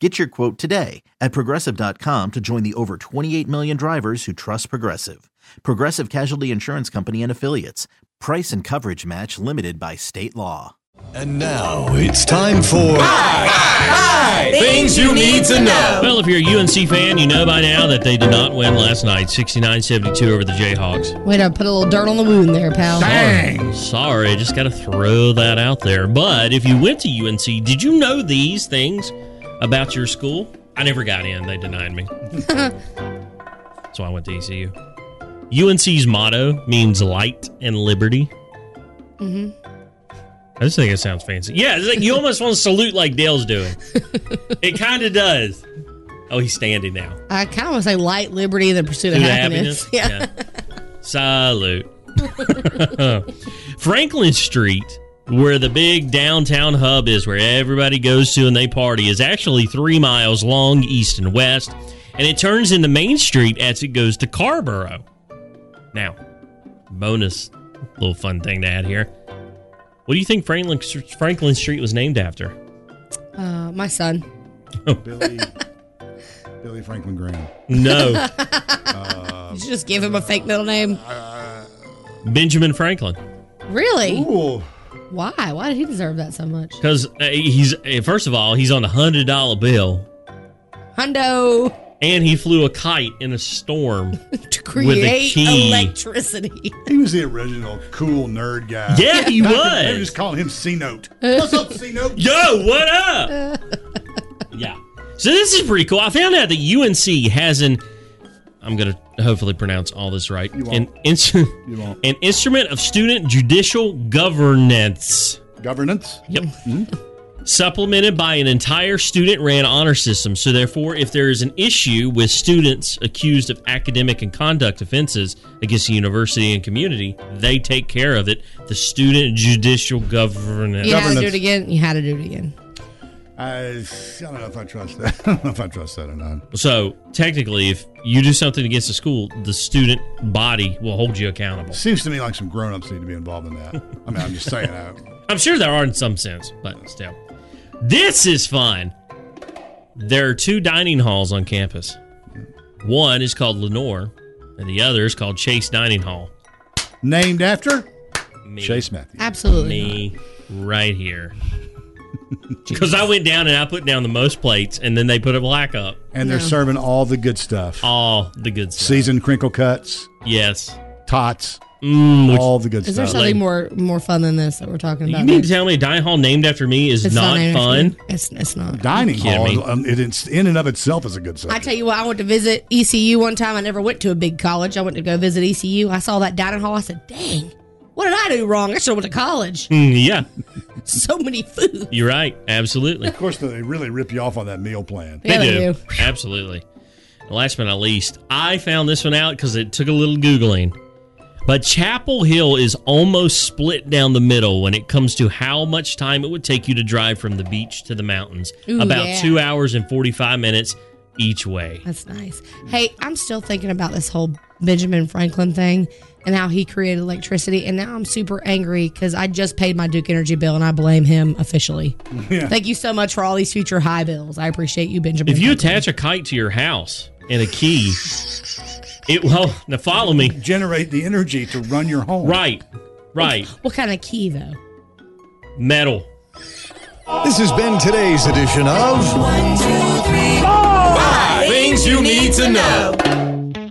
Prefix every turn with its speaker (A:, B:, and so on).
A: Get your quote today at progressive.com to join the over 28 million drivers who trust Progressive. Progressive Casualty Insurance Company and Affiliates. Price and coverage match limited by state law.
B: And now it's time for
C: Things you need to know.
D: Well, if you're a UNC fan, you know by now that they did not win last night, 69-72 over the Jayhawks.
E: Way to put a little dirt on the wound there, pal.
D: Sorry, just got to throw that out there. But if you went to UNC, did you know these things about your school? I never got in. They denied me. so I went to E ECU. UNC's motto means light and liberty. Mm-hmm. I just think it sounds fancy. Yeah, it's like you almost want to salute like Dale's doing. it kind of does. Oh, he's standing now.
E: I kind of want to say light, liberty, and the pursuit of
D: Pursuit of
E: happiness. Yeah.
D: Yeah. Salute. Franklin Street, where the big downtown hub is, where everybody goes to and they party, is actually three miles long east and west, and it turns into Main Street as it goes to Carborough. Now, bonus little fun thing to add here. What do you think Franklin Franklin Street was named after?
E: Uh, my son.
B: Billy, Billy Franklin Graham.
D: No,
B: Um,
E: Did you just give him a fake middle name?
D: Benjamin Franklin.
E: Really?
B: Ooh,
E: Why? Why did he deserve that so much?
D: Because he's uh, first of all, he's on a hundred dollar bill,
E: Hundo
D: and he flew a kite in a storm.
E: to create
D: key.
E: electricity.
B: he was the original cool nerd guy.
D: Yeah, he
B: Back in- They were
D: was.
B: just calling him C Note. What's up, C Note?
D: Yo, what up? yeah. So this is pretty cool. I found out that UNC has an I'm gonna hopefully pronounce all this right.
B: You
D: an
B: won't.
D: instrument,
B: You won't.
D: an instrument of student judicial governance.
B: Governance.
D: Yep. Supplemented by an entire student ran honor system. So, therefore, if there is an issue with students accused of academic and conduct offenses against the university and community, they take care of it. The student judicial governance.
E: You had to do it
B: Governance.
E: again. You had to do it again.
B: I, I don't know if I trust that. I don't know if I trust that or not.
D: So, technically, if you do something against the school, the student body will hold you accountable.
B: Seems to me like some grown ups need to be involved in that. I mean, I'm just saying. uh, I,
D: I'm sure there are in some sense, but still. This is fun. There are two dining halls on campus. One is called Lenore, and the other is called Chase Dining Hall.
B: named after
D: Me,
B: Chase Matthews.
E: Absolutely.
D: me right here. Because I went down and I put down the most plates, and then they put a black up.
B: And they're serving all the good stuff
D: All the good stuff.
B: seasoned crinkle cuts,
D: Yes.
B: tots,
D: Mm, which-
B: all the good
E: Is there
B: stuff.
E: something more more fun than this that we're talking about?
D: you mean to tell me a dining hall named after me is
E: it's
D: not
E: named after
D: fun?
E: me. It's it's not.
B: Dining
D: You kidding
B: hall,
D: me?
B: is- um, it, it's in and of itself is a good
E: I
B: subject.
E: tell you what, I went to visit ECU one time. I never went to a big college. I went to go visit ECU. I saw that dining hall. I said, "Dang, what did I do wrong? I should have went to college.
D: Mm, yeah,
E: so many foods."
D: you're right. Absolutely.
B: Of course, they really rip you off on that meal plan.
E: Yeah, they do.
D: Absolutely. And last but not least, I found this one out because it took a little Googling. But Chapel Hill is almost split down the middle when it comes to how much time it would take you to drive from the beach to the mountains.
E: Ooh,
D: About
E: yeah.
D: two hours and 45 minutes each way.
E: That's nice. Hey, I'm still thinking about this whole Benjamin Franklin thing and how he created electricity. And now I'm super angry because I just paid my Duke Energy bill and I blame him officially. Thank you so much for all these future high bills. I appreciate you, Benjamin.
D: If you
E: Franklin.
D: attach a kite to your house and a key, it will. Now, follow me.
B: Generate the energy to run your home.
D: Right, right.
E: what kind of key though?
D: Metal.
B: This has been today's edition of.
C: Things you need to know.